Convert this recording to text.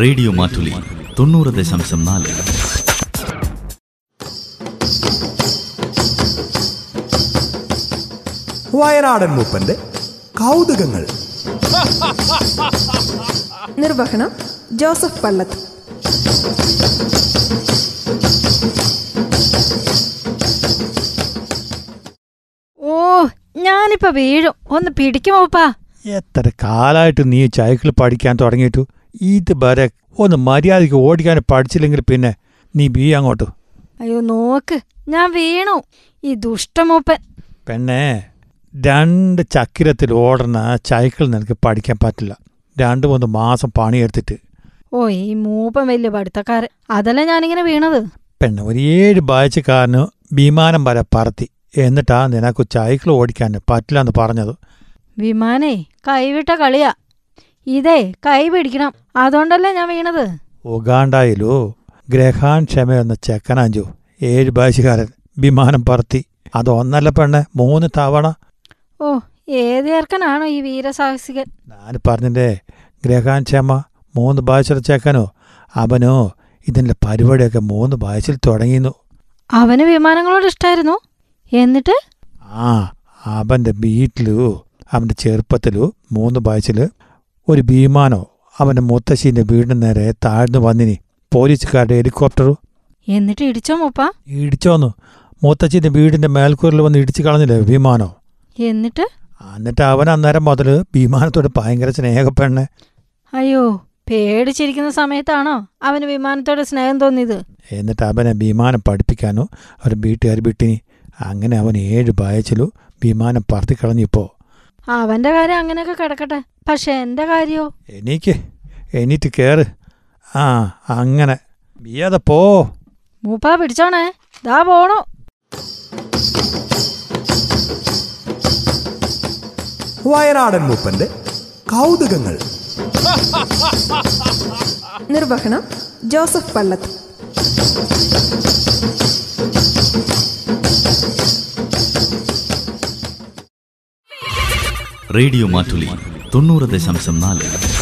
radio Mattoli തൊണ്ണൂറ് ദശാംശം നാല് വയനാടൻ മൂപ്പന്റെ കൗതുകങ്ങൾ നിർവഹണം ജോസഫ് പള്ളത്ത് ഓ ഞാനിപ്പോ വീഴും ഒന്ന് പിടിക്കുമോപ്പാ എത്ര കാലമായിട്ട് നീ സൈക്കിൾ പഠിക്കാൻ തുടങ്ങിയിട്ടു ഇതുവരെ ഒന്ന് മര്യാദയ്ക്ക് ഓടിക്കാൻ പഠിച്ചില്ലെങ്കിൽ പിന്നെ നീ ബീ അങ്ങോട്ട് അയ്യോ നോക്ക് ഞാൻ വീണു ഈ ദുഷ്ടമൂപ്പൻ പെണ്ണേ രണ്ട് ചക്രത്തിൽ ഓടുന്ന സൈക്കിൾ നിനക്ക് പഠിക്കാൻ പറ്റില്ല രണ്ട് മൂന്ന് മാസം പണിയെടുത്തിട്ട് ഓ ഈ മൂപ്പൻ വലിയ പഠിത്തക്കാരൻ അതല്ല ഞാനിങ്ങനെ വീണത് പെണ്ണ് ഒരു ഏഴ് ബാഴ്ചക്കാരന് വിമാനം വരെ പറത്തി എന്നിട്ടാ നിനക്ക് സൈക്കിൾ ഓടിക്കാൻ പറ്റില്ല എന്ന് പറഞ്ഞത് വിമാനേ കൈവിട്ട കളിയാ ഇതേ കൈ പിടിക്കണം അതുകൊണ്ടല്ലേ ഞാൻ വീണത് ഉഗാണ്ടായിലോ ഗ്രഹാൻ ക്ഷമ എന്ന ചെക്കനാഞ്ചു ഏഴ് ബാഴ്ചക്കാരൻ വിമാനം പറത്തി അത് ഒന്നല്ല പെണ്ണെ മൂന്ന് തവണ ഓ ഏത് ചേർക്കനാണോ ഈ വീരസാഹസികൻ ഞാൻ പറഞ്ഞില്ലേ ഗ്രഹാൻ ക്ഷമ മൂന്ന് ബാഴ്ച ചെക്കനോ അവനോ ഇതിൻ്റെ പരിപാടിയൊക്കെ മൂന്ന് ബാഴ്ചയിൽ തുടങ്ങിയിരുന്നു അവന് വിമാനങ്ങളോട് ഇഷ്ടായിരുന്നു എന്നിട്ട് ആ അവൻ്റെ വീട്ടിലോ അവൻ്റെ ചെറുപ്പത്തിലോ മൂന്ന് ബാഴ്ചയിൽ ഒരു വിമാനോ അവൻ്റെ മുത്തശ്ശീൻ്റെ വീടിന് നേരെ താഴ്ന്നു വന്നിനി പോലീസുകാരുടെ ഹെലികോപ്റ്ററോ എന്നിട്ട് ഇടിച്ചോ മൂപ്പ ഇടിച്ചോന്നു മൂത്തച്ഛൻ്റെ വീടിൻ്റെ മേൽക്കൂരിൽ വന്ന് ഇടിച്ചു കളഞ്ഞില്ലേ വിമാനോ എന്നിട്ട് എന്നിട്ട് അവൻ അന്നേരം മുതൽ വിമാനത്തോട് ഭയങ്കര സ്നേഹ പെണ്ണെ അയ്യോ പേടിച്ചിരിക്കുന്ന സമയത്താണോ അവന് വിമാനത്തോട് സ്നേഹം തോന്നിയത് എന്നിട്ട് അവനെ വിമാനം പഠിപ്പിക്കാനോ അവർ വീട്ടുകാർ വിട്ടിനി അങ്ങനെ അവൻ ഏഴ് ബായച്ചിലു വിമാനം പറത്തിക്കളഞ്ഞിപ്പോൾ അവന്റെ കാര്യം അങ്ങനെയൊക്കെ കിടക്കട്ടെ പക്ഷെ എന്റെ കാര്യോ എനിക്ക് എണീറ്റ് കയറ് ആ അങ്ങനെ ബിയാതെ പോ മൂപ്പ പിടിച്ചോണേ ദാ പോണു വയനാടൻ മൂപ്പന്റെ കൗതുകങ്ങൾ നിർവഹണം ജോസഫ് പള്ളത്ത് റേഡിയോ മാറ്റുലി തൊണ്ണൂറ് ദശാംശം നാല്